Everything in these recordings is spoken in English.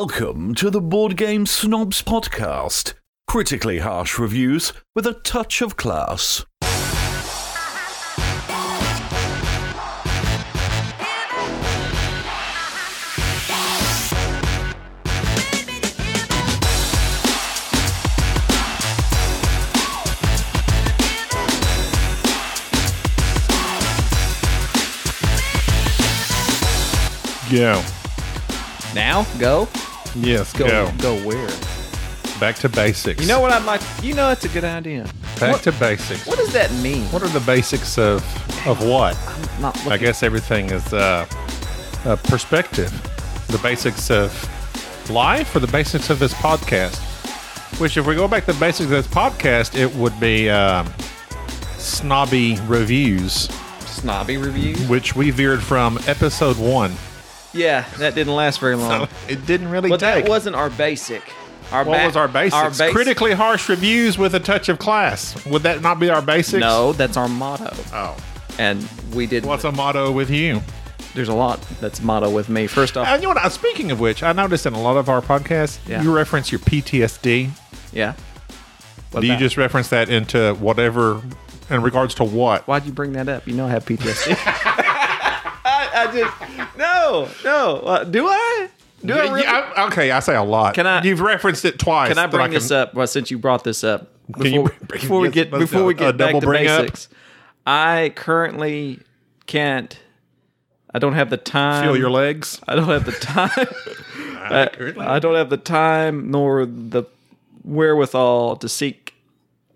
Welcome to the Board Game Snobs podcast. Critically harsh reviews with a touch of class. Go. Now go Yes, go. go go where? Back to basics. You know what I'd like? You know that's a good idea. Back what- to basics. What does that mean? What are the basics of of what? I'm not looking. I guess everything is uh, uh, perspective. The basics of life or the basics of this podcast. Which, if we go back to the basics of this podcast, it would be um, snobby reviews, snobby reviews. which we veered from episode one. Yeah, that didn't last very long. it didn't really but take. that wasn't our basic. Our what ba- was our basics? Our basic. Critically harsh reviews with a touch of class. Would that not be our basics? No, that's our motto, Oh. and we did. What's a motto with you? There's a lot that's motto with me. First off, And you know what? Uh, Speaking of which, I noticed in a lot of our podcasts, Yeah. you reference your PTSD. yeah. What Do you about- just reference that into whatever, in regards to what? Why'd you bring that up? You know I have PTSD. I, I just no, no. Uh, do I? Do I Yeah, really? yeah, I- okay, I say a lot. Can I- You've referenced it twice. Can I but bring this up? Well, since you brought this up, before, Can you bring- before we yes, get let's before do we a get back double to bring up. basics, I currently can't. I don't have the time. Feel your legs. I don't have the time. I, I don't have the time nor the wherewithal to seek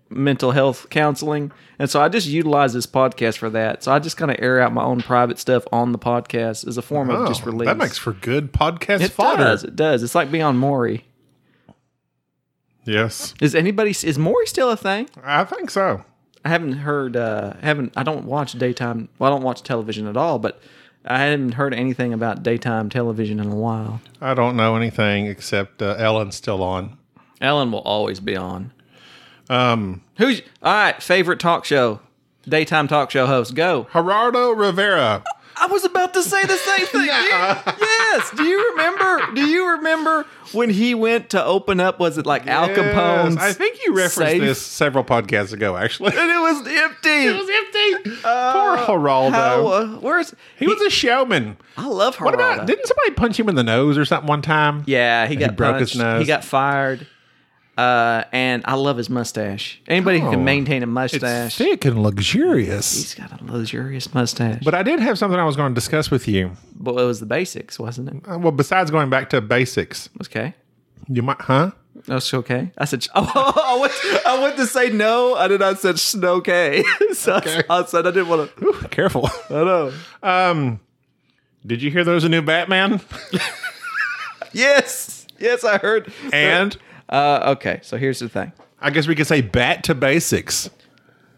mental health counseling, and so I just utilize this podcast for that. So I just kind of air out my own private stuff on the podcast as a form of just Oh, release. That makes for good podcast it fodder. does. It does. It's like Beyond Maury. Yes, Is anybody is Maury still a thing? I think so. I haven't heard uh haven't I don't watch daytime well I don't watch television at all, but I haven't heard anything about daytime television in a while. I don't know anything except uh, Ellen's still on. Ellen will always be on. Um, Who's all right, favorite talk show, daytime talk show host, go. Gerardo Rivera. I was about to say the same thing. You- yes. Do you remember do you remember when he went to open up was it like Al Capone's Yes, I think you referenced safe? this several podcasts ago, actually. and it was empty. empty. Poor Geraldo. How, uh, where's he was a showman. I love her. What about? Didn't somebody punch him in the nose or something one time? Yeah, he got broke his punched. nose. He got fired. Uh, and I love his mustache. Anybody who Oh. can maintain a it's mustache, thick and luxurious. he's got a luxurious mustache. But, But I did have something I was going to discuss with you. it was the basics, wasn't it? Uh, Well, besides going back to basics, Okay, you might, huh? that's okay. I said, oh, I, went, I went to say no, and then I said snokay. so I, I said I didn't want to. Ooh, careful. I know. Um, did you hear there was a new Batman? Yes, yes, I heard. and uh, okay, so here's the thing. I guess we could say bat to basics.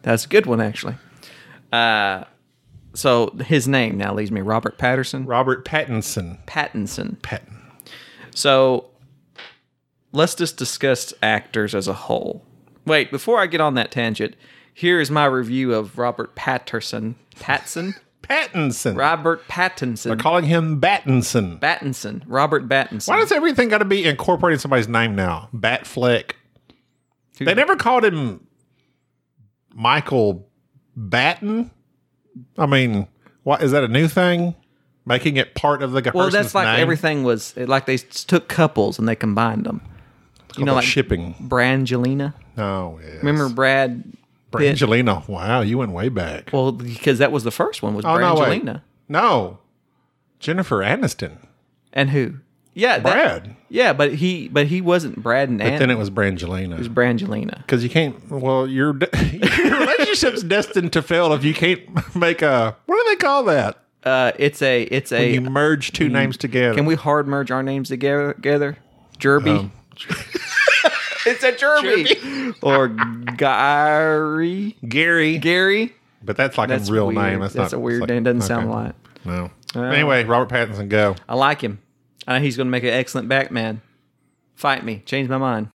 That's a good one, actually. Uh, so his name now leaves me Robert Patterson Robert Pattinson. Pattinson. Patton. So let's just discuss actors as a whole. Wait, before I get on that tangent, here is my review of Robert Patterson. Patson? Pattinson. Robert Pattinson. Calling him Battinson. Battinson. Robert Battinson. Why does everything got to be incorporating somebody's name now? Batfleck. Who- They never called him Michael Batten. I mean, what is that a new thing? Making it part of the well, person's that's like name? everything was like they s- took couples and they combined them. It's You know, called like shipping. Brangelina. Oh, yes. Remember Brad? Pitt? Brangelina? Wow, you went way back. Well, because that was the first one was oh no, wait. Brangelina. No, Jennifer Aniston. and who? Yeah, that- Brad. yeah, but he but he wasn't Brad and Ann. Then it was Brangelina. Brangelina. Because you can't. Well, your de- your relationship's destined to fail if you can't make a. What do they call that? Uh, it's a it's a You merge two names together. Mm-hmm. Can we hard merge our names together? together? Jerby. Um, it's a Jerby. or Gary. Gary? Gary. But that's like That's a real weird. name. That's, not, a weird it's like- name. Doesn't sound Uh. okay. right. No. anyway, Robert Pattinson, go. I like him. I know he's going to make an excellent Batman. Fight me. Change my mind.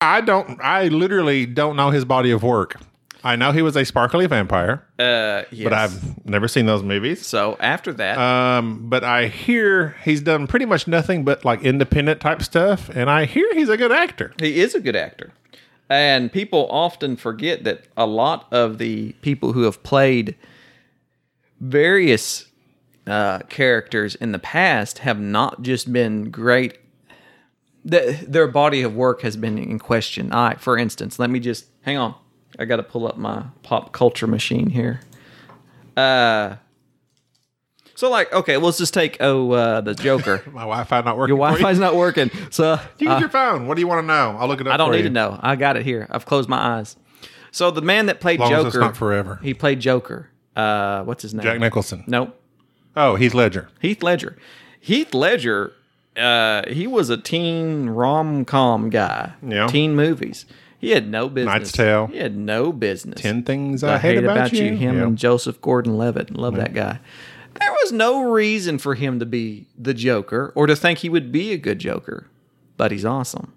I don't. I literally don't know his body of work. I know he was a sparkly vampire, Uh, yes. but I've never seen those movies. so after that, Um, but I hear he's done pretty much nothing but like independent type stuff, and I hear he's a good actor. He is a good actor. And people often forget that a lot of the people who have played various uh, characters in the past have not just been great. That their body of work has been in question. I, for instance, let me just hang on. I got to pull up my pop culture machine here. Uh, so like, okay, let's just take oh uh, the Joker. My Wi-Fi not working. Your for you? Wi-Fi's not working, so You use your phone. What do you want to know? I'll look it up. Uh, I don't for need you. to know. I got it here. I've closed my eyes. So the man that played As long as it's Joker, not forever. he played Joker. Uh, what's his name? Jack Nicholson. Nope. Oh, he's Ledger. Heath Ledger. Heath Ledger. Uh, he was a teen rom com guy. Yeah. Teen movies. He had no business. Knight's Tale. He had no business. Ten things I, hate, about, you. Him Yeah. and Joseph Gordon Levitt. Love that guy. There was no reason for him to be the Joker or to think he would be a good Joker, but he's awesome.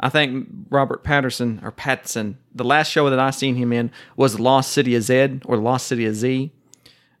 I think Robert Patterson or Patson, the last show that I seen him in was Lost City of Z or Lost City of Z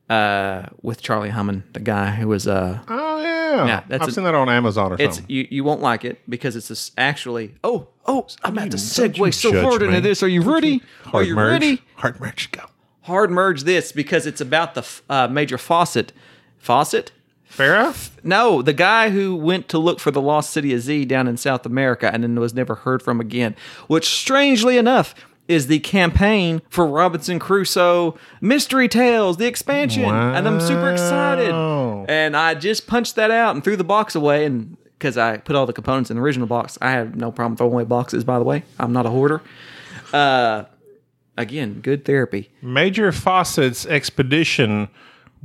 uh, with Charlie Hunnam, the guy who was uh, oh yeah. Yeah, that's I've a- seen that on Amazon or it's something. you, you won't like it because it's this actually oh oh I'm about to Don't you segue so judge hard me. into this. Are you ready? Are Hard you merge. ready? Hard merge. Go. hard merge this because it's about the f- uh, major faucet faucet Farrah. no the guy who went to look for the lost city of z down in south america and then was never heard from again which strangely enough is the campaign for Robinson Crusoe Mystery Tales, the expansion. And I'm super excited. Wow. And I just punched that out and threw the box away. And because I put all the components in the original box, I have no problem throwing away boxes, by the way. I'm not a hoarder. Uh, again, good therapy. Major Fawcett's expedition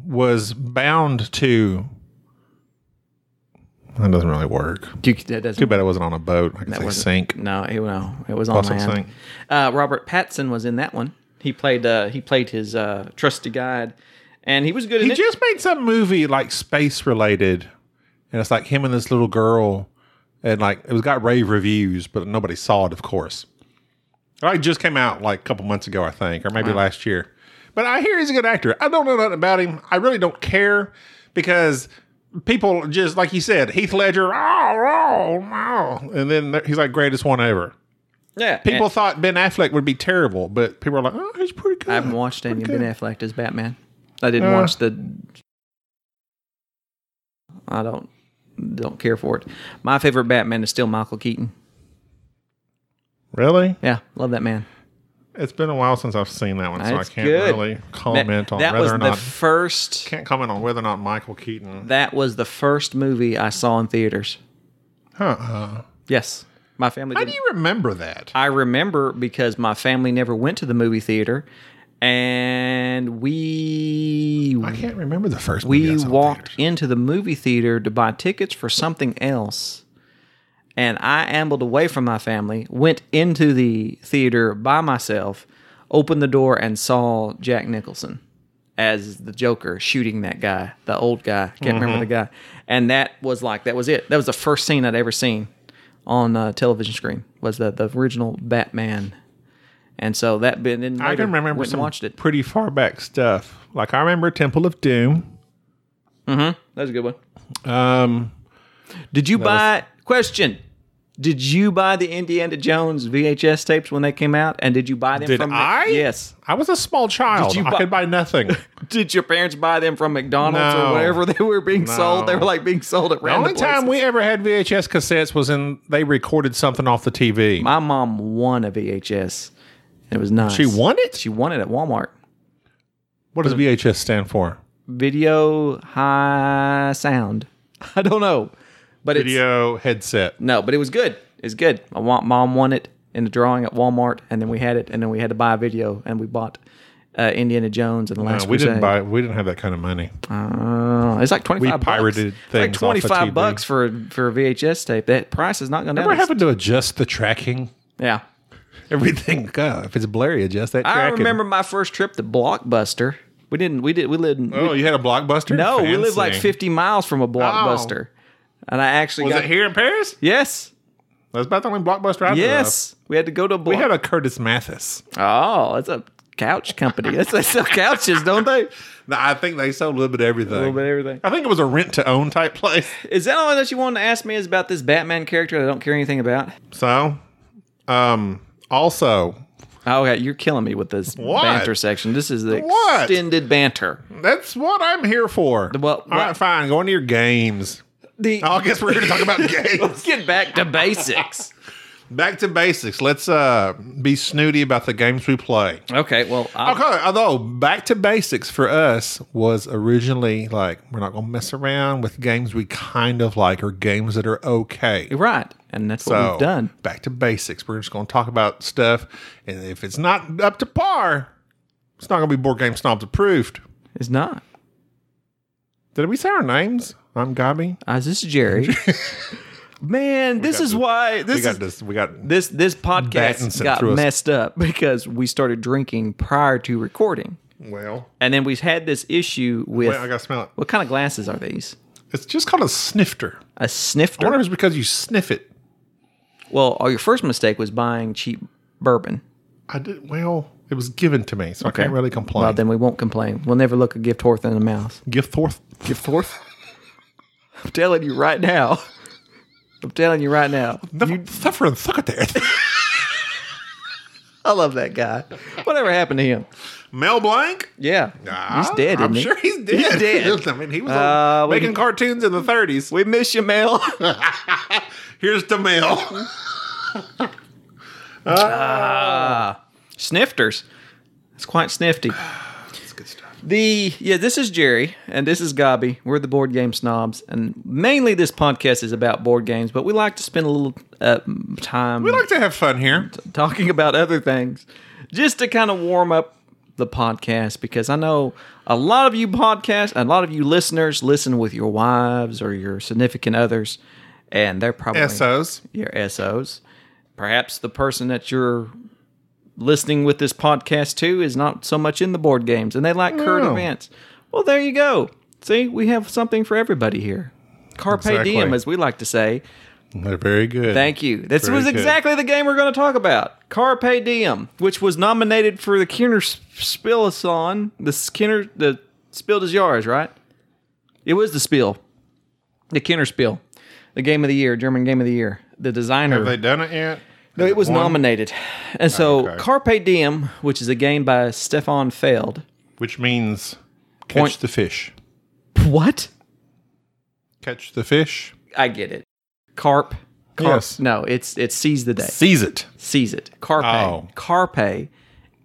was bound to. That doesn't really work. You, that doesn't, Too bad it wasn't on a boat. I could say wasn't- sink. No, it, no, it was on Faucet land. sink. Uh, Robert Patson was in that one. He played uh, he played his uh, trusty guide, and he was good in He it. just made some movie like space related, and it's like him and this little girl, and like it was got rave reviews, but nobody saw it, of course. Like it just came out like a couple months ago, I think, or maybe last year. But I hear he's a good actor. I don't know nothing about him. I really don't care because people just like you said, Heath Ledger, oh, oh, oh, and then he's like greatest one ever. yeah, People and thought Ben Affleck would be terrible, but people are like, oh, he's pretty good. I haven't watched any Ben Affleck as Batman. I didn't Uh. watch the. I don't don't care for it. My favorite Batman is still Michael Keaton. really? Yeah, love that man. It's been a while since I've seen that one, so I That's can't good. really That, comment on that whether was or the not. first. can't comment on whether or not Michael Keaton. That was the first movie I saw in theaters. Huh. Uh, Yes, my family. how did do you remember that? I remember because my family never went to the movie theater, and we I can't remember the first. movie I we saw in walked theaters. into the movie theater to buy tickets for something else, and I ambled away from my family, went into the theater by myself, opened the door, and saw Jack Nicholson as the Joker shooting that guy, the old guy. Can't Mm-hmm. remember the guy, and that was like that was it. That was the first scene I'd ever seen on a television screen. Was the the original Batman. And so that been then I later can remember went and some watched it. pretty far back stuff. Like I remember Temple of Doom. That was a good one. Um, Did you buy question? Did you buy the Indiana Jones VHS tapes when they came out? And did you buy them did from I? Yes. I was a small child. Did you I buy- could buy nothing. Did your parents buy them from McDonald's No. or wherever they were being sold? They were like being sold at the random only time places. we ever had VHS cassettes was in they recorded something off the TV. My mom won a VHS. It was nice. she won it. She won it at Walmart. What does VHS stand for? Video high sound. I don't know, but it's Video headset. No, but it was good. It's good. My wa- mom won it in the drawing at Walmart, and then we had it, and then we had to buy a video, and we bought uh, Indiana Jones and the Last No, Uh, we didn't Crusade. buy. We didn't have that kind of money. Uh, it's like twenty five. pirated bucks. things like off of twenty five TV. bucks for for a VHS tape. That price is not going down. Remember having to adjust the tracking? yeah, Everything. God, if it's blurry, adjust that I tracking. remember my first trip to Blockbuster. We didn't. We did. We lived. in Oh, you had a blockbuster? no, we lived like Fancy. Oh. fifty miles from a Blockbuster, and I actually Was got it here in Paris? yes. That's about the only blockbuster I know Yes, we had to go to a of. block. We had a Curtis Mathis. oh, it's a couch company. That's they sell couches, don't they? A No, I think they sold a little bit of everything. little bit of everything. I think it was a rent to own type place. Is that all that you wanted to ask me is about this Batman character that I don't care anything about? So, um, also, Oh, okay, you're killing me with this What? banter section. This is the What? extended banter. that's what I'm here for. well, All right, what- fine. Go into your games. The Oh, I guess we're here to talk about games. let's get back to basics. Back to basics. Let's uh, be snooty about the games we play. Okay, well, I'll, Okay, although back to basics for us was originally like we're not gonna mess around with games we kind of like or games that are okay. you're right, and that's what So we've done. back to basics. We're just gonna talk about stuff, and if it's not up to par, it's not gonna be board game snobs approved. It's not. Did we say our names? I'm Gabi. Uh, this is Jerry. Man, this is why We this got is this. We got this this podcast Battinson got threw us- messed up because we started drinking prior to recording, well. and then we had this issue with Wait, I gotta smell it. what kind of glasses are these? It's just called a snifter. A I snifter. wonder if it's because you sniff it. well, oh, your first mistake was buying cheap bourbon. I did well. It was given to me, so I can't really complain. Well, then we won't complain. We'll never look a gift horse in the mouth. Gift forth. Gift horse? I'm telling you right now. I'm telling you right now. You suffer and suck at that. I love that guy. Whatever happened to him? Mel Blank? Yeah, he's Ah, dead. I'm isn't he? sure he's dead. He's dead. I mean, he was Uh, on- we- making cartoons in the 30s. We miss you, Mel. Here's the Mel. Snifters. It's quite snifty. That's good stuff. The yeah, this is Jerry and this is Gobby. We're the board game snobs, and mainly this podcast is about board games. But we like to spend a little uh, time We like to have fun here. talking about other things, just to kind of warm up the podcast because I know a lot of you podcasts, a lot of you listeners listen with your wives or your significant others, and they're probably SOs. your SOs. Perhaps the person that you're listening with this podcast to is not so much in the board games and they like current No. events. Well, there you go. See, we have something for everybody here. Carpe Exactly. diem, as we like to say. They're very good. Thank you. This Very was good. exactly the game we're going to talk about. Carpe diem, which was nominated for the Kinner Spillathon. The Skinner, the Spiel des Jahres, right? It was the Spiel, the Kinner Spiel, the game of the year, German game of the year. The designer. Have they done it yet? No, it was One, nominated. And so okay. Carpe Diem, which is a game by Stefan Feld. Which means catch Point- the fish. What? Catch the fish. I get it. Carp. Carp. Yes. No, it's it's seize the day. Seize it. Seize it. Carpe. Oh. Carpe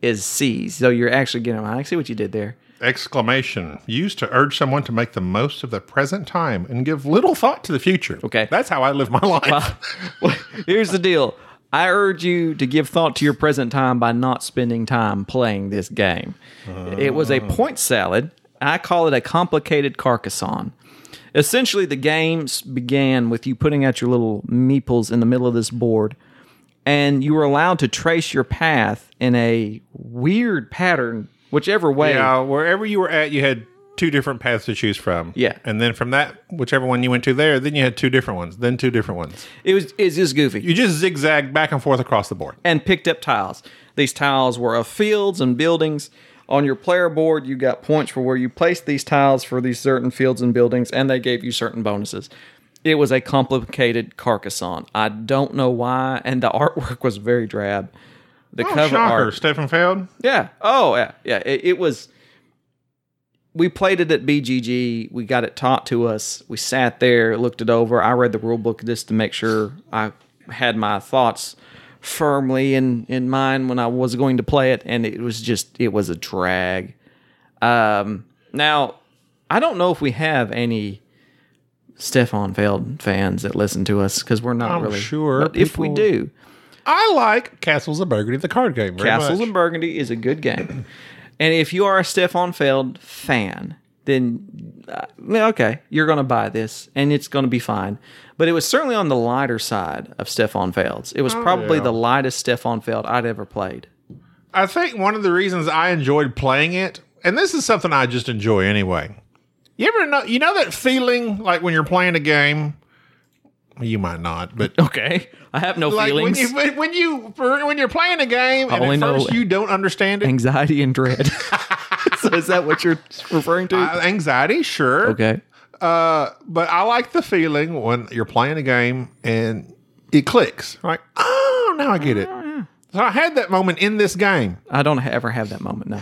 is seize. So you're actually getting I see what you did there. Exclamation. Used to urge someone to make the most of the present time and give little thought to the future. Okay. That's how I live my life. Well, Here's the deal. I urge you to give thought to your present time by not spending time playing this game. It was a Oh. point salad. I call it a complicated carcassonne. Essentially, the games began with you putting out your little meeples in the middle of this board, and you were allowed to trace your path in a weird pattern, whichever way. Yeah, wherever you were at, you had two different paths to choose from. Yeah. And then from that, whichever one you went to there, then you had two different ones, then two different ones. It was it's just goofy. You just zigzag back and forth across the board. and picked up tiles. These tiles were of fields and buildings. On your player board, you got points for where you placed these tiles for these certain fields and buildings, and they gave you certain bonuses. It was a complicated Carcassonne. I don't know why, and the artwork was very drab. The Oh, cover shocker, art, Stefan Feld. yeah. Oh, yeah, yeah. It, it was. We played it at BGG. We got it taught to us. We sat there, looked it over. I read the rule book just to make sure I had my thoughts firmly in in mind when I was going to play it, and it was just it was a drag. Um, now, I don't know if we have any Stefan Feld fans that listen to us because we're not I'm really sure But if we people- do, I like Castles of Burgundy, the card game. Very Castles much. and Burgundy is a good game. and if you are a Stefan Feld fan, then uh, well, okay, you're going to buy this and it's going to be fine. But it was certainly on the lighter side of Stefan Feld's. It was probably Oh, yeah. the lightest Stefan Feld I'd ever played. I think one of the reasons I enjoyed playing it, and this is something I just enjoy anyway. You ever know you know that feeling like when you're playing a game You might not, but Okay. I have no like when feelings. you when when you when you're playing a game and Only at know- first you don't understand it, Anxiety and dread. so is that what you're referring to? uh, anxiety, sure, okay. uh, but I like the feeling when you're playing a game and it clicks. Like, oh, now I get it. So I had that moment in this game. I don't ha- ever have that moment. No.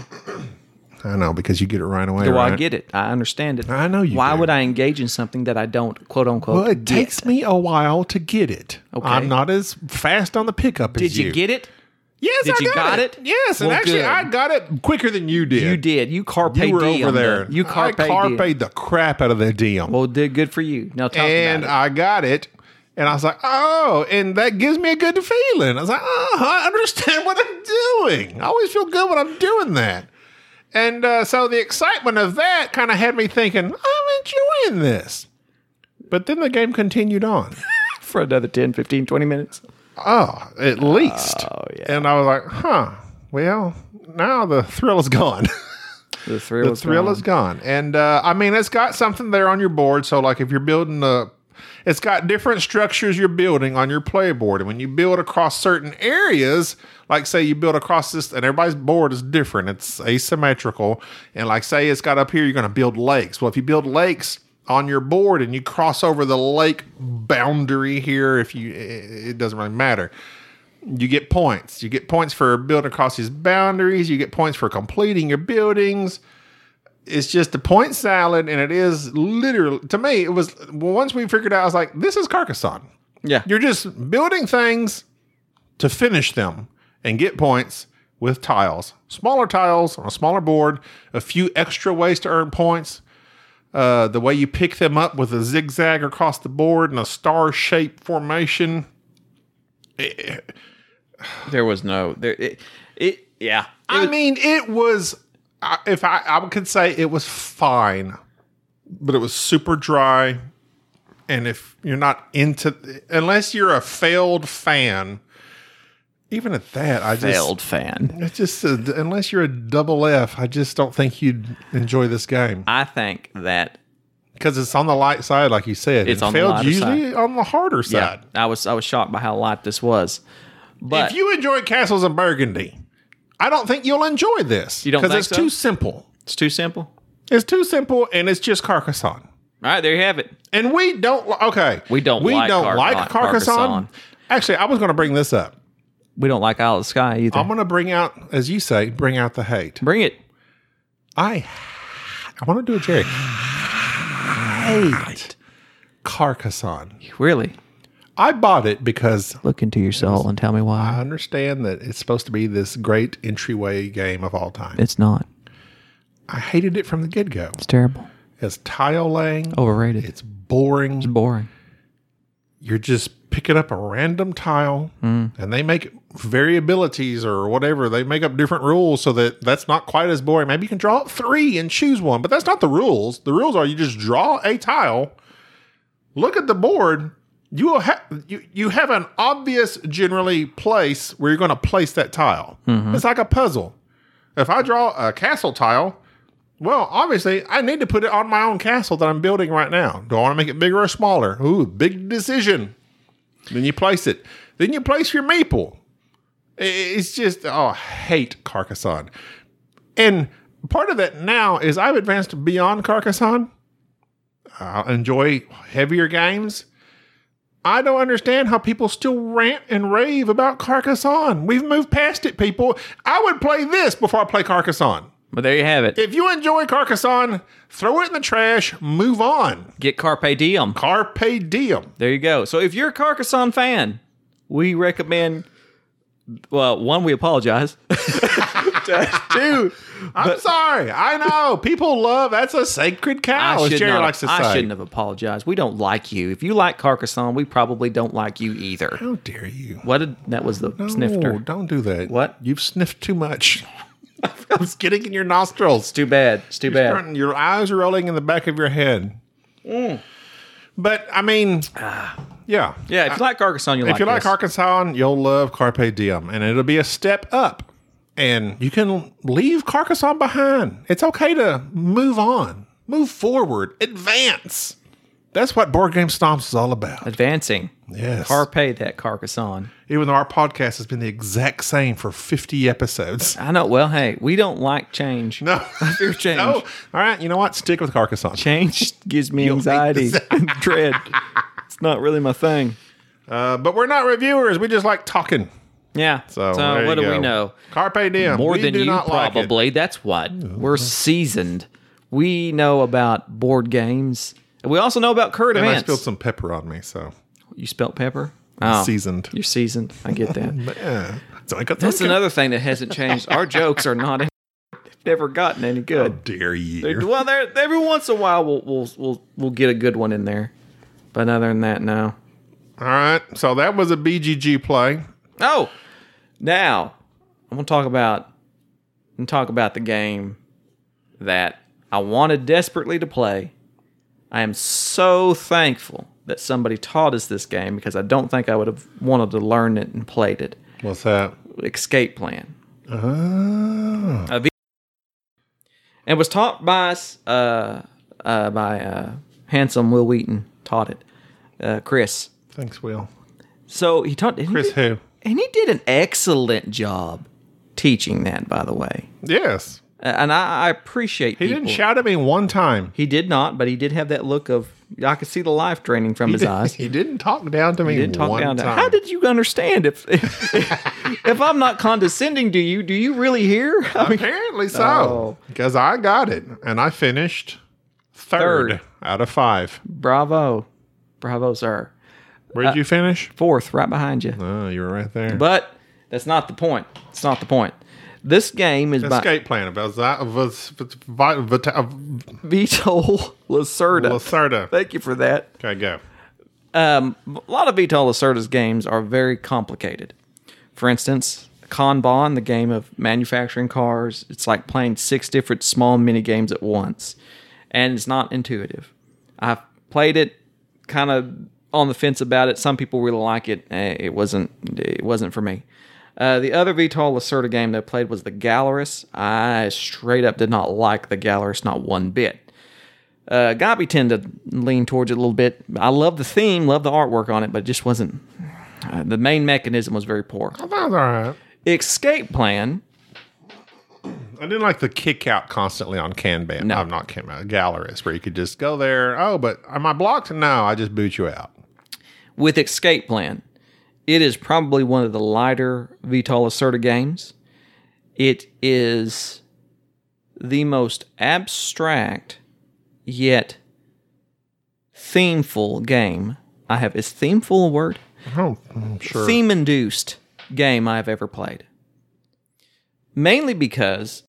I know because you get it right away. Do right? I get it? I understand it. I know you Why do. would I engage in something that I don't quote unquote? Well, it get? takes me a while to get it. Okay. I'm not as fast on the pickup as Did you, you. get it? Yes, Did I you got it? Yes, and Well, actually, good. I got it quicker than you did. You did. You carpe You were diem over there. You carpe, I diem. carped the crap out of the deal. Well, did good for you. Now talk and about I got it. And I was like, oh, and that gives me a good feeling. I was like, oh, I understand what I'm doing. I always feel good when I'm doing that. And uh, so the excitement of that kind of had me thinking, I'm enjoying this. But then the game continued on. it for another 10, 15, 20 minutes. Oh, at least. And I was like, huh, well, now the thrill is gone. The thrill, the thrill is gone. And uh, I mean, it's got something there on your board. So, like, if you're building a, it's got different structures you're building on your play board. And when you build across certain areas, like say you build across this, and everybody's board is different. It's asymmetrical. And like say it's got up here, you're going to build lakes. Well, if you build lakes on your board and you cross over the lake boundary here, if you, it it doesn't really matter you get points. You get points for building across these boundaries. You get points for completing your buildings. It's just a point salad, and it is literally to me. It was once we figured out, I was like, "This is Carcassonne. Yeah. You're just building things to finish them and get points with tiles, smaller tiles on a smaller board, a few extra ways to earn points. Uh, the way you pick them up with a zigzag across the board and a star-shaped formation." eh, There was no there. It, it yeah. It I was- mean, it was. I- If I, I could say it was fine, but it was super dry. And if you're not into, unless you're a failed fan, even at that, I failed fan. just, it's just uh, unless you're a double F, I just don't think you'd enjoy this game I think that because it's on the light side, like you said. It's and on the lighter usually on the harder yeah, side. I was I was shocked by how light this was. But If you enjoy Castles in Burgundy, I don't think you'll enjoy this You don't think it's so? too simple. it's too simple. All It's too simple, and it's just Carcassonne. right, there you have it. And we don't. li- Okay, We don't We like don't Car- like like Carcassonne. Carcassonne. Actually, I was going to bring this up. We don't like Isle of Sky either. I'm going to bring out, as you say, bring out the hate. Bring it. I, I want to do a Jerry. Hate Carcassonne. Really I bought it because look into your soul and tell me why I understand that it's supposed to be this great entryway game of all time. it's not. I hated it from the get go. It's terrible. It's tile laying. Overrated. It's boring. boring. you're just picking up a random tile and they make variabilities or whatever they make up different rules so that that's not quite as boring maybe you can draw three and choose one but that's not the rules the rules are you just draw a tile look at the board you will have you, you have an obvious generally place where you're going to place that tile it's like a puzzle if i draw a castle tile well, obviously, I need to put it on my own castle that I'm building right now. Do I want to make it bigger or smaller? Ooh, big decision. Then you place it. Then you place your maple. I- It's just, oh, I hate Carcassonne. And part of that now is I've advanced beyond Carcassonne. I enjoy heavier games. I don't understand how people still rant and rave about Carcassonne. We've moved past it, people. I would play this before I play Carcassonne. But there you have it. If you enjoy Carcassonne, throw it in the trash, move on. Get carpe diem. Carpe diem. There you go. So if you're a Carcassonne fan, we recommend. Well, one, we apologize. Dude, I'm sorry. I know. People love that's a sacred cow, as should Jerry not- likes to say. I shouldn't have apologized. We don't like you. If you like Carcassonne, we probably don't like you either. How dare you? What did that was the No, snifter? don't do that. What? You've sniffed too much. it's getting in your nostrils. Too bad. It's too bad. Starting- Your eyes are rolling in the back of your head. Mm. But I mean, Ah. yeah. Yeah, if you like Carcassonne, you'll If like you like this. Carcassonne, you'll love Carpe Diem, and it'll be a step up. And you can leave Carcassonne behind. It's okay to move on, move forward, advance. That's what Board Game Stomps is all about. Advancing. Yes. Carpe that Carcassonne. Even though our podcast has been the exact same for 50 episodes. I know. Well, hey, we don't like change. No. I fear change. No. All right. You know what? Stick with Carcassonne. Change gives me anxiety and dread. It's not really my thing. Uh, but we're not reviewers. We just like talking. Yeah. So, there what you do we go. know? Carpe diem. More We than do you not like it. probably. That's what. We're seasoned. We know about board games. We also know about current and I events. spilled some pepper on me, so you spelt pepper? Oh, seasoned. You're seasoned. I get that. Yeah. So I got That's those- another thing that hasn't changed. Our jokes are not. They've never gotten any good. dare They're- you. well, there every once in a while we'll we'll we'll we'll get a good one in there, but other than that, no. All right. So that was a BGG play. Oh, now I'm gonna talk about and talk about the game that I wanted desperately to play. I am so thankful that somebody taught us this game because I don't think I would have wanted to learn it and played it. What's that? Escape Plan. Oh. and was taught by us uh, uh, by uh, handsome Will Wheaton taught it, uh, Chris. Thanks, Will. So he taught and he Chris did- who? and he did an excellent job teaching that. By the way, Yes. Uh, and I, I appreciate He didn't shout at me one time. He did not, but he did have that look of I could see the life draining from his eyes. He didn't talk down to me Didn't talk one down to time. how did you understand if if, if I'm not condescending to you? Do you Oh. really hear? I mean, Apparently so. No. Because I got it. And I finished third, Third. out of five. bravo, bravo, sir. Where did you finish? Fourth, right behind you. Oh, you were right there. Uh, But that's not the point. It's not the point. This game is by Escape plan about that was Lacerda. Vito Lacerda. Thank you for that. Okay, go. Um, a lot of Vito Lacerda's games are very complicated. For instance, Kanban, the game of manufacturing cars, it's like playing six different small mini games at once, and it's not intuitive. I've played it, kind of on the fence about it. Some people really like it. Eh, It wasn't. It wasn't for me. Uh, the other Vital Lacerda game that I played was the Galaris. I straight up did not like the Galaris, not one bit. Uh, Gabi tend to lean towards it a little bit. I love the theme, love the artwork on it, but it just wasn't. uh, the main mechanism was very poor. That was all right. Escape plan. I didn't like the kick out constantly on Kanban. No. I'm not Kanban, Galleries, where you could just go there. Oh, but am I blocked? No, I just boot you out. with Escape Plan. It is probably one of the lighter Vital Lacerda games. It is the most abstract yet themeful game I have. Is themeful a word? Oh, I'm sure. Theme induced game I've ever played. Mainly because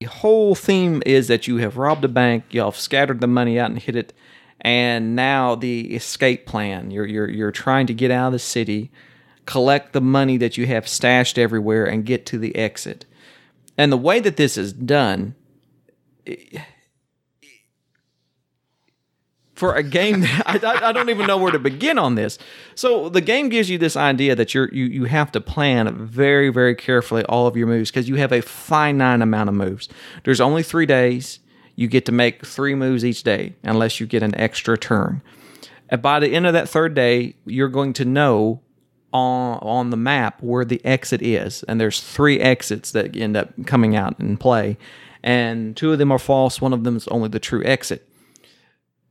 the whole theme is that you have robbed a bank, y'all have scattered the money out and hid it, and now the escape plan. You're you're you're trying to get out of the city, collect the money that you have stashed everywhere, and get to the exit. And the way that this is done for a game that I, I, I don't even know where to begin on this. So the game gives you this idea that you're you you have to plan very very carefully all of your moves because you have a finite amount of moves. There's only three days. You get to make three moves each day unless you get an extra turn. And by the end of that third day, you're going to know on on the map where the exit is, and there's three exits that end up coming out in play, and two of them are false. One of them is only the true exit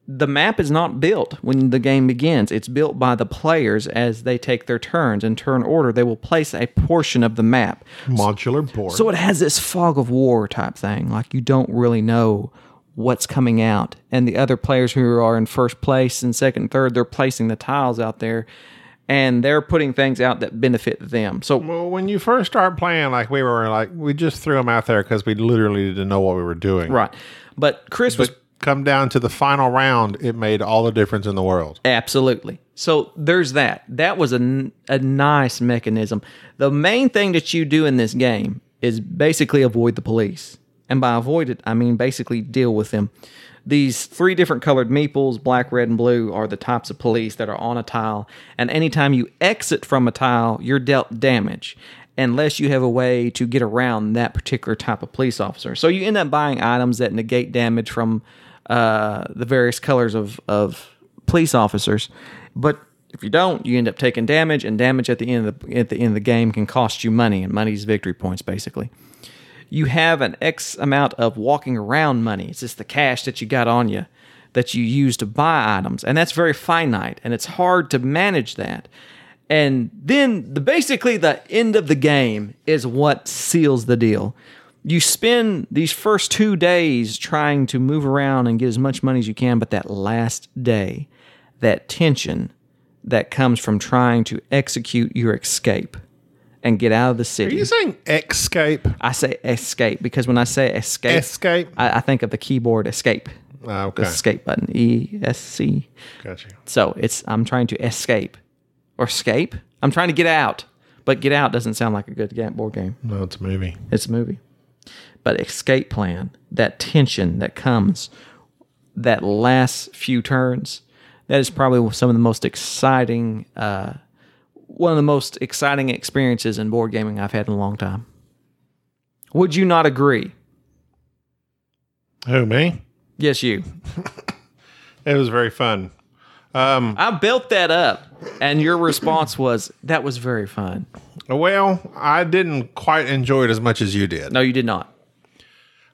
the map is not built when the game begins. It's built by the players as they take their turns in turn order. They will place a portion of the map. Modular board. So it has this fog of war type thing. Like you don't really know what's coming out. And the other players who are in first place and second, third, they're placing the tiles out there and they're putting things out that benefit them. So Well, when you first start playing, like we were like, we just threw them out there because we literally didn't know what we were doing. right. But Chris was But come down to the final round, it made all the difference in the world. Absolutely. So there's that. That was a, n- a nice mechanism. The main thing that you do in this game is basically avoid the police. And by avoid it, I mean basically deal with them. These three different colored meeples, black, red, and blue, are the types of police that are on a tile. And anytime you exit from a tile, you're dealt damage unless you have a way to get around that particular type of police officer. So you end up buying items that negate damage from uh, the various colors of, of police officers. But if you don't, you end up taking damage, and damage at the end of the at the end of the game can cost you money, and money's victory points basically. You have an X amount of walking around money. It's just the cash that you got on you that you use to buy items, and that's very finite, and it's hard to manage that. And then the, basically the end of the game is what seals the deal. You spend these first two days trying to move around and get as much money as you can, but that last day, that tension that comes from trying to execute your escape and get out of the Are city. you saying escape? I say escape because when I say escape, Escape? I, I think of the keyboard escape, Ah, the okay. escape button, E S C. Gotcha. So it's I'm trying to escape or escape. I'm trying to get out, but get out doesn't sound like a good game, board game. No, it's a movie. It's a movie. But escape plan, that tension that comes, that last few turns, that is probably some of the most exciting, uh, one of the most exciting experiences in board gaming I've had in a long time. Would you not agree? Who, me? Yes, you. It was very fun. I built that up, and your response was, "That was very fun." Well, I didn't quite enjoy it as much as you did. No, you did not.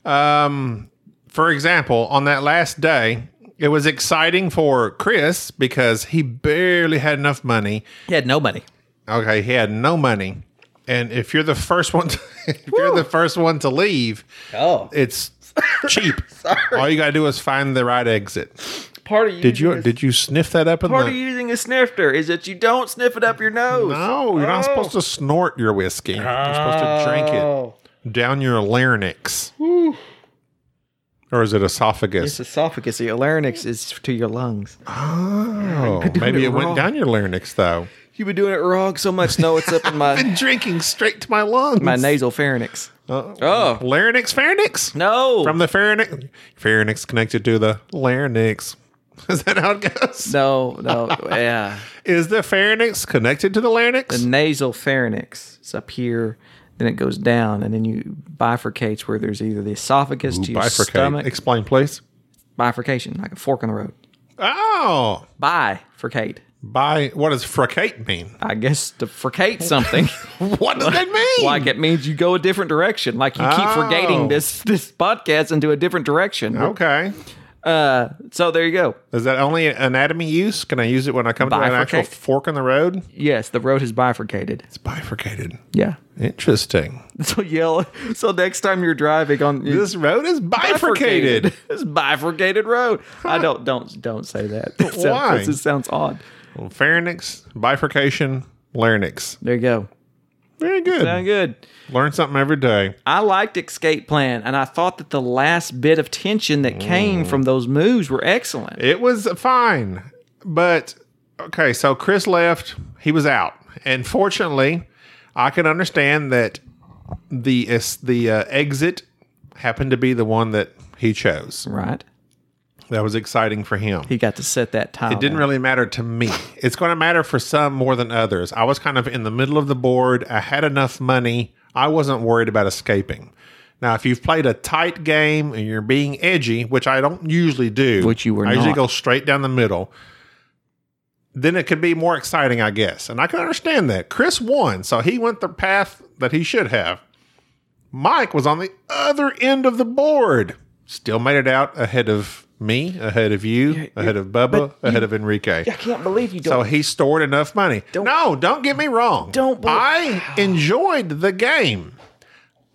Um, for example, on that last day, it was exciting for Chris because he barely had enough money. You had no money. Okay, he had no money, and if you're the first one, to, if you're the first one to leave, Oh, it's cheap. All you gotta do is find the right exit. part of you. Did you did you sniff that up in Part of the? using a snifter is that you don't sniff it up your nose. No, you're not supposed to snort your whiskey. You're supposed to drink it down your larynx. Or is it esophagus? It's esophagus. Your larynx is to your lungs. Oh, maybe it it went wrong. down your larynx though. You've been doing it wrong so much. No, it's up in my drinking straight to my lungs. my nasal pharynx. oh. Larynx, pharynx? No, From the pharynx. Pharynx connected to the larynx. Is that how it goes? no, no. Yeah, Is the pharynx connected to the larynx? nasal pharynx. It's up here. Then it goes down, and then you bifurcates where there's either the esophagus to your Bifurcate. stomach. Explain, please. Bifurcation, like a fork in the road. Oh. Bifurcate. By what does fracate mean? I guess to fricate something. What does that mean? like it means you go a different direction. Like you keep Oh. forgetting this this podcast into a different direction. okay. Uh, so there you go. Is that only anatomy use? Can I use it when I come to an actual Bifurcate. fork in the road? Yes, the road is bifurcated. It's bifurcated. Yeah. Interesting. So yell. So next time you're driving on This road is bifurcated. this bifurcated road. I don't don't don't say that. It sounds- Why? It just sounds odd. Pharynx, bifurcation, larynx. There you go. Very good. Sound good. Learn something every day. I liked Escape Plan, and I thought that the last bit of tension that came Mm. from those moves were excellent. It was fine, but okay. So Chris left. He was out, and fortunately, I can understand that the es- the uh, exit happened to be the one that he chose. Right. That was exciting for him. He got to set that time. It didn't really matter to me. It's going to matter for some more than others. I was kind of in the middle of the board. I had enough money. I wasn't worried about escaping. Now, if you've played a tight game and you're being edgy, which I don't usually do, Which you were I usually not. go straight down the middle. Then it could be more exciting, I guess, and I can understand that. Chris won, so he went the path that he should have. Mike was on the other end of the board. Still made it out ahead of me, ahead of you, ahead of Bubba, ahead of Enrique. I can't believe you So don't. he stored enough money. no, don't get me wrong. Don't bel- I enjoyed the game.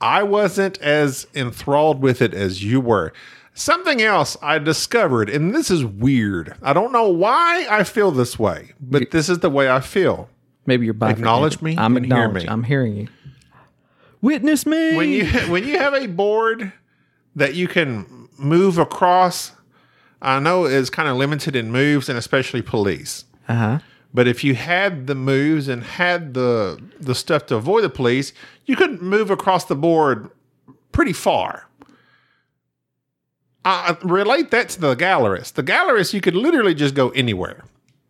I wasn't as enthralled with it as you were. Something else I discovered, and this is weird. I don't know why I feel this way, but this is the way I feel. Maybe you're bifurcated. Acknowledge me I'm and hear acknowledging. me. I'm hearing you. Witness me. when you when you have a board that you can move across, I know is kind of limited in moves and especially police. uh huh. But if you had the moves and had the the stuff to avoid the police, you could move across the board pretty far. I I relate that to the gallerist. The gallerist, you could literally just go anywhere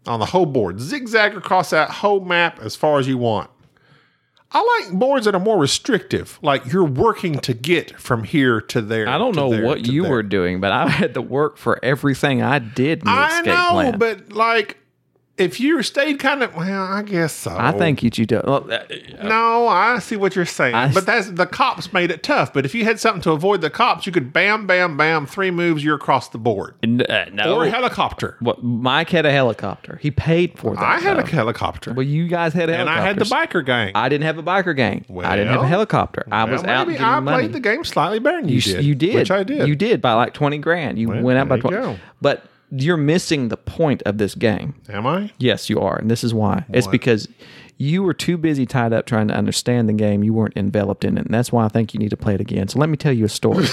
on the whole board, zigzag across that whole map as far as you want. I like boards that are more restrictive. Like you're working to get from here to there. I don't to know there, what to you there. were doing, but I had to work for everything I did in the I escape know, plan. but like if you stayed kind of well, I guess so. I think you you do. Well, uh, no, I see what you're saying, I- but that's the cops made it tough. But if you had something to avoid the cops, you could bam, bam, bam, three moves, you're across the board n- uh, no. or a helicopter. What- Mike had a helicopter. He paid for that. I had a though. helicopter, Well, you guys had and helicopters. I had the biker gang. I didn't have a biker gang. I didn't have a Well, helicopter. I was Well, out maybe getting I money. played the game slightly better than you, You, did. you did. which I did. You did by like 20 grand. You went out by there 20. you go. But you're missing the point of this game. Am I? Yes, you are. And this is why. It's because you were too busy tied up trying to understand the game. You weren't enveloped in it. And that's why I think you need to play it again. So let me tell you a story.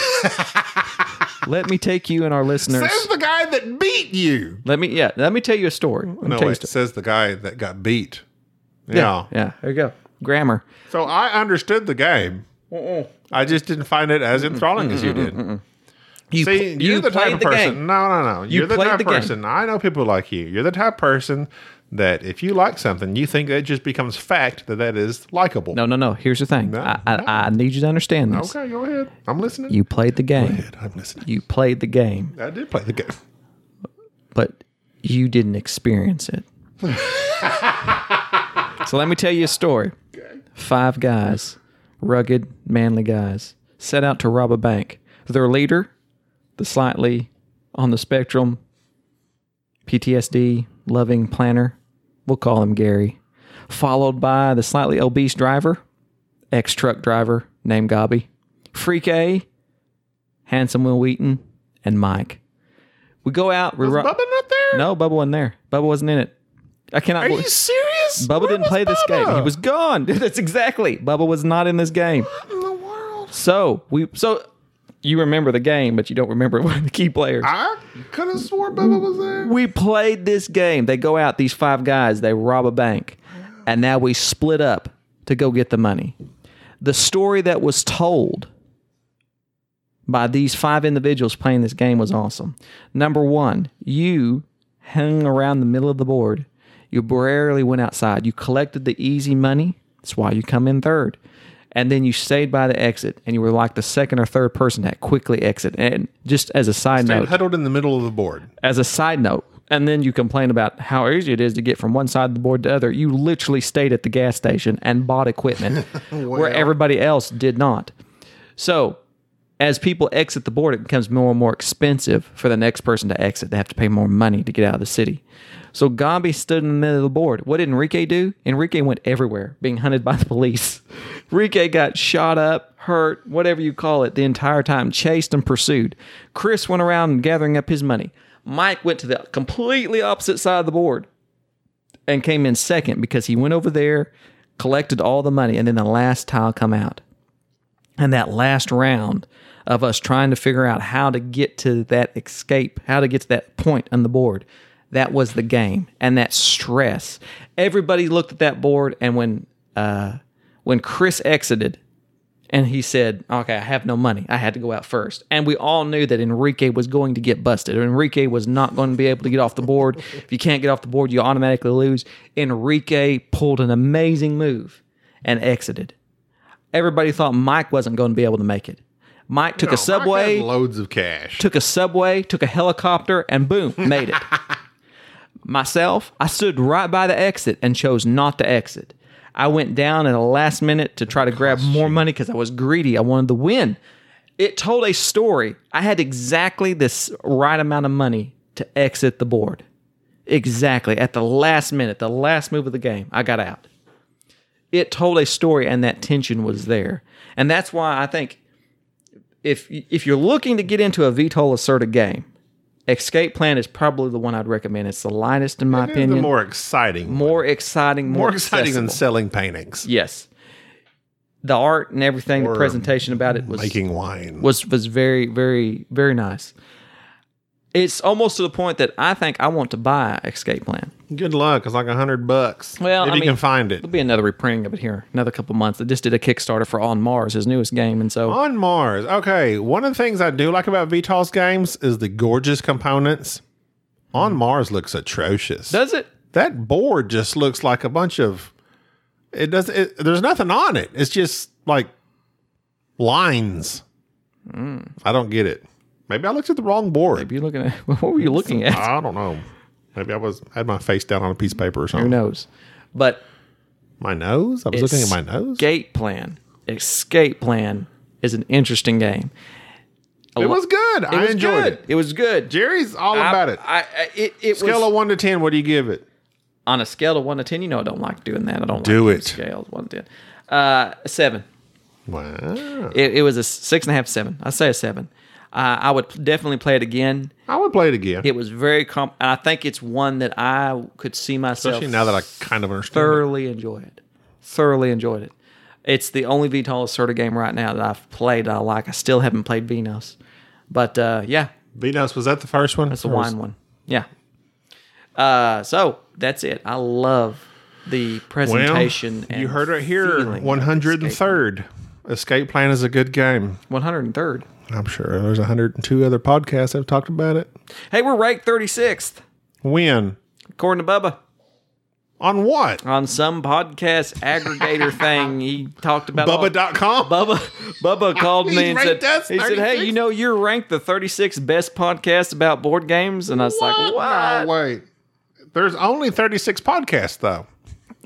let me take you and our listeners. Says the guy that beat you. Let me, yeah, let me tell you a story. Let No, me tell you a wait, it story. says the guy that got beat. Yeah. Yeah. Yeah. There you go. Grammar. So I understood the game. I just didn't find it as enthralling as you did. You, See, pl- you're you the type played of the person. game. No, no, no. You're the played type the of game. person. I know people like you. You're the type of person that if you like something, you think that just becomes fact that that is likable. No, no, no. Here's the thing. I, I, no. I need you to understand this. Okay, go ahead. I'm listening. You played the game. I'm listening. You played the game, I did play the game. but you didn't experience it. so let me tell you a story. Five guys, rugged, manly guys, set out to rob a bank. Their leader, the slightly on the spectrum, PTSD loving planner, we'll call him Gary, followed by the slightly obese driver, ex truck driver named Gobby, Freak A, Handsome Will Wheaton, and Mike. We go out. We ro- Bubba not there? no, Bubba wasn't there. Bubba wasn't in it. I cannot. Are believe- you serious? Bubba Where didn't was play this Bubba? game. He was gone. That's exactly. Bubba was not in this game. What in the world. So we so you remember the game, but you don't remember one of the key players. I could have swore Bubba was there. we played this game. They go out, these five guys, they rob a bank. And now we split up to go get the money. The story that was told by these five individuals playing this game was awesome. Number one, you hung around the middle of the board. You barely went outside. You collected the easy money. That's why you come in third. And then you stayed by the exit, and you were like the second or third person that quickly exit. And just as a side They note, huddled in the middle of the board. as a side note, and then you complain about how easy it is to get from one side of the board to the other. You literally stayed at the gas station and bought equipment where everybody else did not. So, as people exit the board, it becomes more and more expensive for the next person to exit. They have to pay more money to get out of the city. So, Gombe stood in the middle of the board. What did Enrique do? Enrique went everywhere, being hunted by the police. Enrique got shot up, hurt, whatever you call it, the entire time, chased and pursued. Chris went around gathering up his money. Mike went to the completely opposite side of the board and came in second because he went over there, collected all the money, and then the last tile come out. And that last round of us trying to figure out how to get to that escape, how to get to that point on the board, that was the game and that stress. Everybody looked at that board, and when uh, when Chris exited, and he said, "Okay, I have no money. I had to go out first. And we all knew that Enrique was going to get busted. Enrique was not going to be able to get off the board. if you can't get off the board, you automatically lose. Enrique pulled an amazing move and exited. Everybody thought Mike wasn't going to be able to make it. Mike took a Mike subway Oh, had loads of cash. took a subway, took a helicopter, and boom, made it. Myself, I stood right by the exit and chose not to exit. I went down at the last minute to try to grab more money because I was greedy. I wanted to win. It told a story. I had exactly this right amount of money to exit the board. Exactly. At the last minute, the last move of the game, I got out. It told a story, and that tension was there. And that's why I think if if you're looking to get into a VTOL asserted game, Escape Plan is probably the one I'd recommend. It's the lightest, in my It is opinion, the more, more exciting, more, exciting, more, exciting than accessible. selling paintings, yes. The art and everything, the Or presentation about it was making wine. was was very very very nice. It's almost to the point that I think I want to buy Escape Plan. Good luck. It's like a hundred bucks. Well, if I you mean- can find it There'll be another reprinting of it here, another couple months. I just did a Kickstarter for On Mars, his newest game, and so on Mars. Okay, one of the things I do like about VTOLs games is the gorgeous components. On Mars looks atrocious. does it. that board just looks like a bunch of It doesn't. It, there's nothing on it. It's just like lines. I don't get it. Maybe I looked at the wrong board. Hmm. Maybe you're looking at what were you looking at? I don't know. Maybe I was had my face down on a piece of paper or Who something. knows? But My nose. I was looking at my nose. Escape Plan. Escape Plan is an interesting game. It was good. I was enjoyed good. it. It was good. Jerry's all I- about it. I, I it, it Scale was of one to ten. What do you give it? on a scale of one to ten. You know I don't like doing that. I don't Do like it. Scales one to ten. Uh, seven. Wow. It, it was a six and a half seven. I say a seven. Uh, I would definitely play it again. I would play it again. It was very comp, and I think it's one that I could see myself Especially now that I kind of understand. it. thoroughly enjoy it. Thoroughly enjoyed it. It's the only VTOL asserta game right now that I've played. that I like. I still haven't played Venus, but uh, yeah, Venus was that the first one? It's the wine one. Yeah. Uh, so that's it. I love the Well, presentation. and you heard right here. feeling of One hundred and Escape Plan. third. Escape Plan is a good game. 103rd. I'm sure there's 102 other podcasts that have talked about it. Hey, we're ranked 36th, When? according to Bubba. On what? On some podcast aggregator thing, he talked about all- Bubba.com. Bubba, Bubba called He's me and said, ranked us he said, hey, 36th? you know, you're ranked the 36th best podcast about board games. And I was like, No, what? wait. There's only 36 podcasts, though.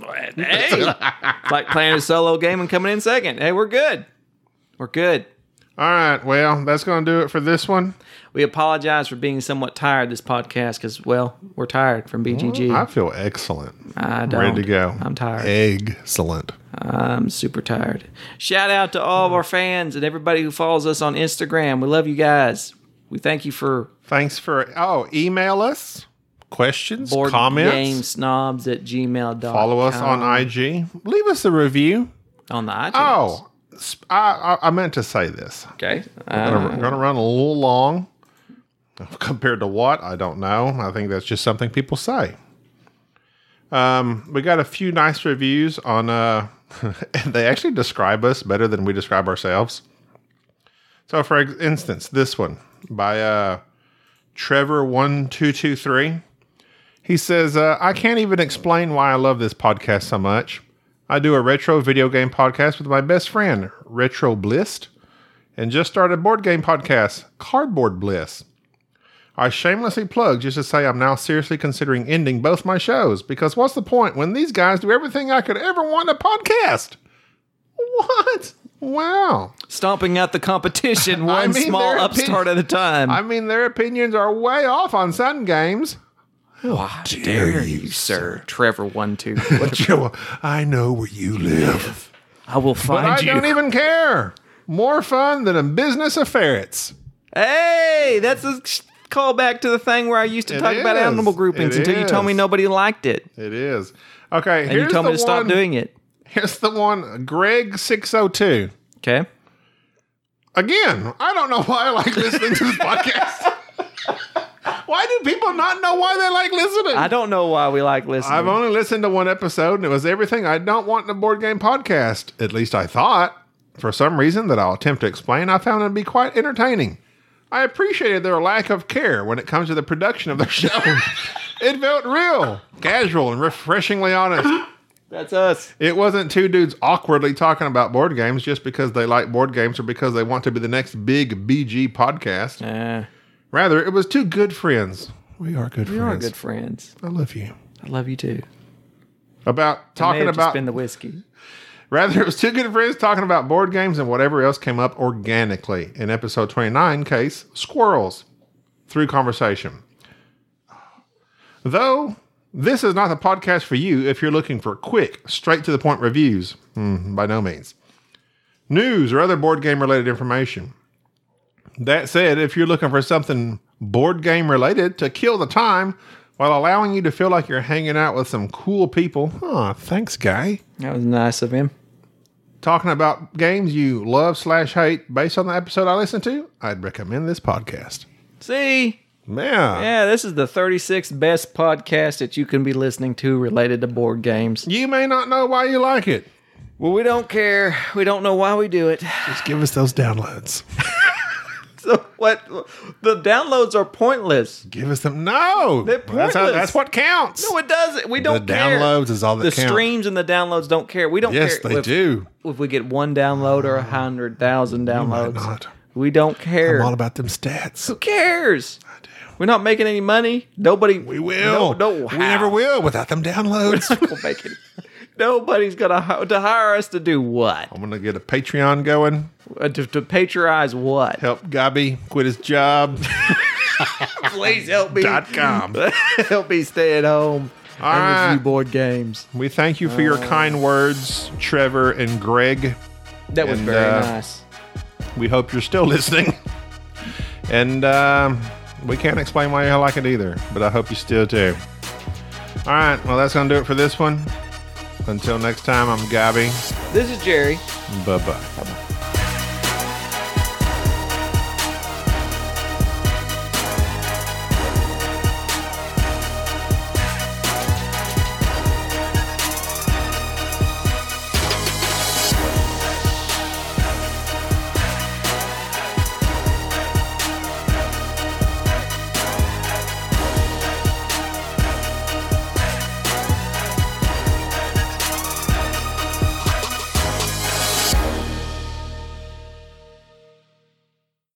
Hey. It's like playing a solo game and coming in second. Hey, we're good. We're good. All right. Well, that's going to do it for this one. We apologize for being somewhat tired this podcast because, well, we're tired from BGG. I feel excellent. I don't. Ready to go. I'm tired. Excellent. I'm super tired. Shout out to all of our fans and everybody who follows us on Instagram. We love you guys. We thank you for Thanks for. Oh, email us questions, board comments. game snobs at gmail.com. Follow us on IG. Leave us a review. on the iTunes. Oh, sp- I, I, I meant to say this. okay. We're Uh, going to run a little long compared to what? I don't know. I think that's just something people say. Um, we got a few nice reviews on, uh, they actually describe us better than we describe ourselves. So, for ex- instance, this one by uh, Trevor1223. He says, uh, I can't even explain why I love this podcast so much. I do a retro video game podcast with my best friend, Retro Blist and just started board game podcast, Cardboard Bliss. I shamelessly plug just to say I'm now seriously considering ending both my shows because what's the point when these guys do everything I could ever want in a podcast? What? Wow. stomping out the competition one mean, small their upstart at opinion- a time. I mean, their opinions are way off on some games. Why Oh, dare you, sir? Trevor, one, two. But you, I know where you live. I will find I you. don't even care. More fun than a business of ferrets. Hey, that's a sh- callback to the thing where I used to It talk about is. animal groupings It until you told me is. nobody liked it. It is. Okay, And you told me to stop doing it. Here's the one, Greg six oh two. Okay. Again, I don't know why I like listening to this podcast. why do people not know why they like listening? I don't know why we like listening. I've only listened to one episode and it was everything I don't want in a board game podcast. At least I thought. For some reason that I'll attempt to explain, I found it to be quite entertaining. I appreciated their lack of care when it comes to the production of their show. it felt real, casual, and refreshingly honest. That's us. It wasn't two dudes awkwardly talking about board games just because they like board games or because they want to be the next big BG podcast. Uh, Rather, it was two good friends. We are good we are friends. good friends. I love you. I love you too. About I may talking have about just been the whiskey. rather it was two good friends talking about board games and whatever else came up organically in episode 29 case squirrels through conversation. Though this is not the podcast for you if you're looking for quick, straight to the point reviews, Mm, by no means. News or other board game related information. That said, if you're looking for something board game related to kill the time while allowing you to feel like you're hanging out with some cool people, huh? Thanks, guy That was nice of him. talking about games you love slash hate based on the episode I listened to, I'd recommend this podcast. See? Yeah. Yeah, this is the 36th best podcast that you can be listening to related to board games. You may not know why you like it. Well, we don't care. We don't know why we do it. Just give us those downloads. So what? The downloads are pointless. Give us them. No, They're that's, how, pointless. that's what counts. No, it doesn't. We don't the care. downloads is all that the counts. streams and the downloads don't care. We don't Yes, care they if, do. if we get one download or a hundred thousand downloads. not. We don't care. I'm all about them stats. Who cares? We're not making any money. Nobody. We will. No, no we how? never will without them downloads. We'll make it. Nobody's gonna hi- to hire us to do what? I'm gonna get a Patreon going. Uh, To, to patronize what? Help Gabi quit his job. Please help me. dot com. help me stay at home and right. review board games. We thank you for your kind words, Trevor and Greg. That was And, very uh, nice. We hope you're still listening. And um, we can't explain why you like it either, but I hope you still do. All right, well, that's going to do it for this one. Until next time, I'm Gabi. This is Jerry. Bye bye. Bye-bye.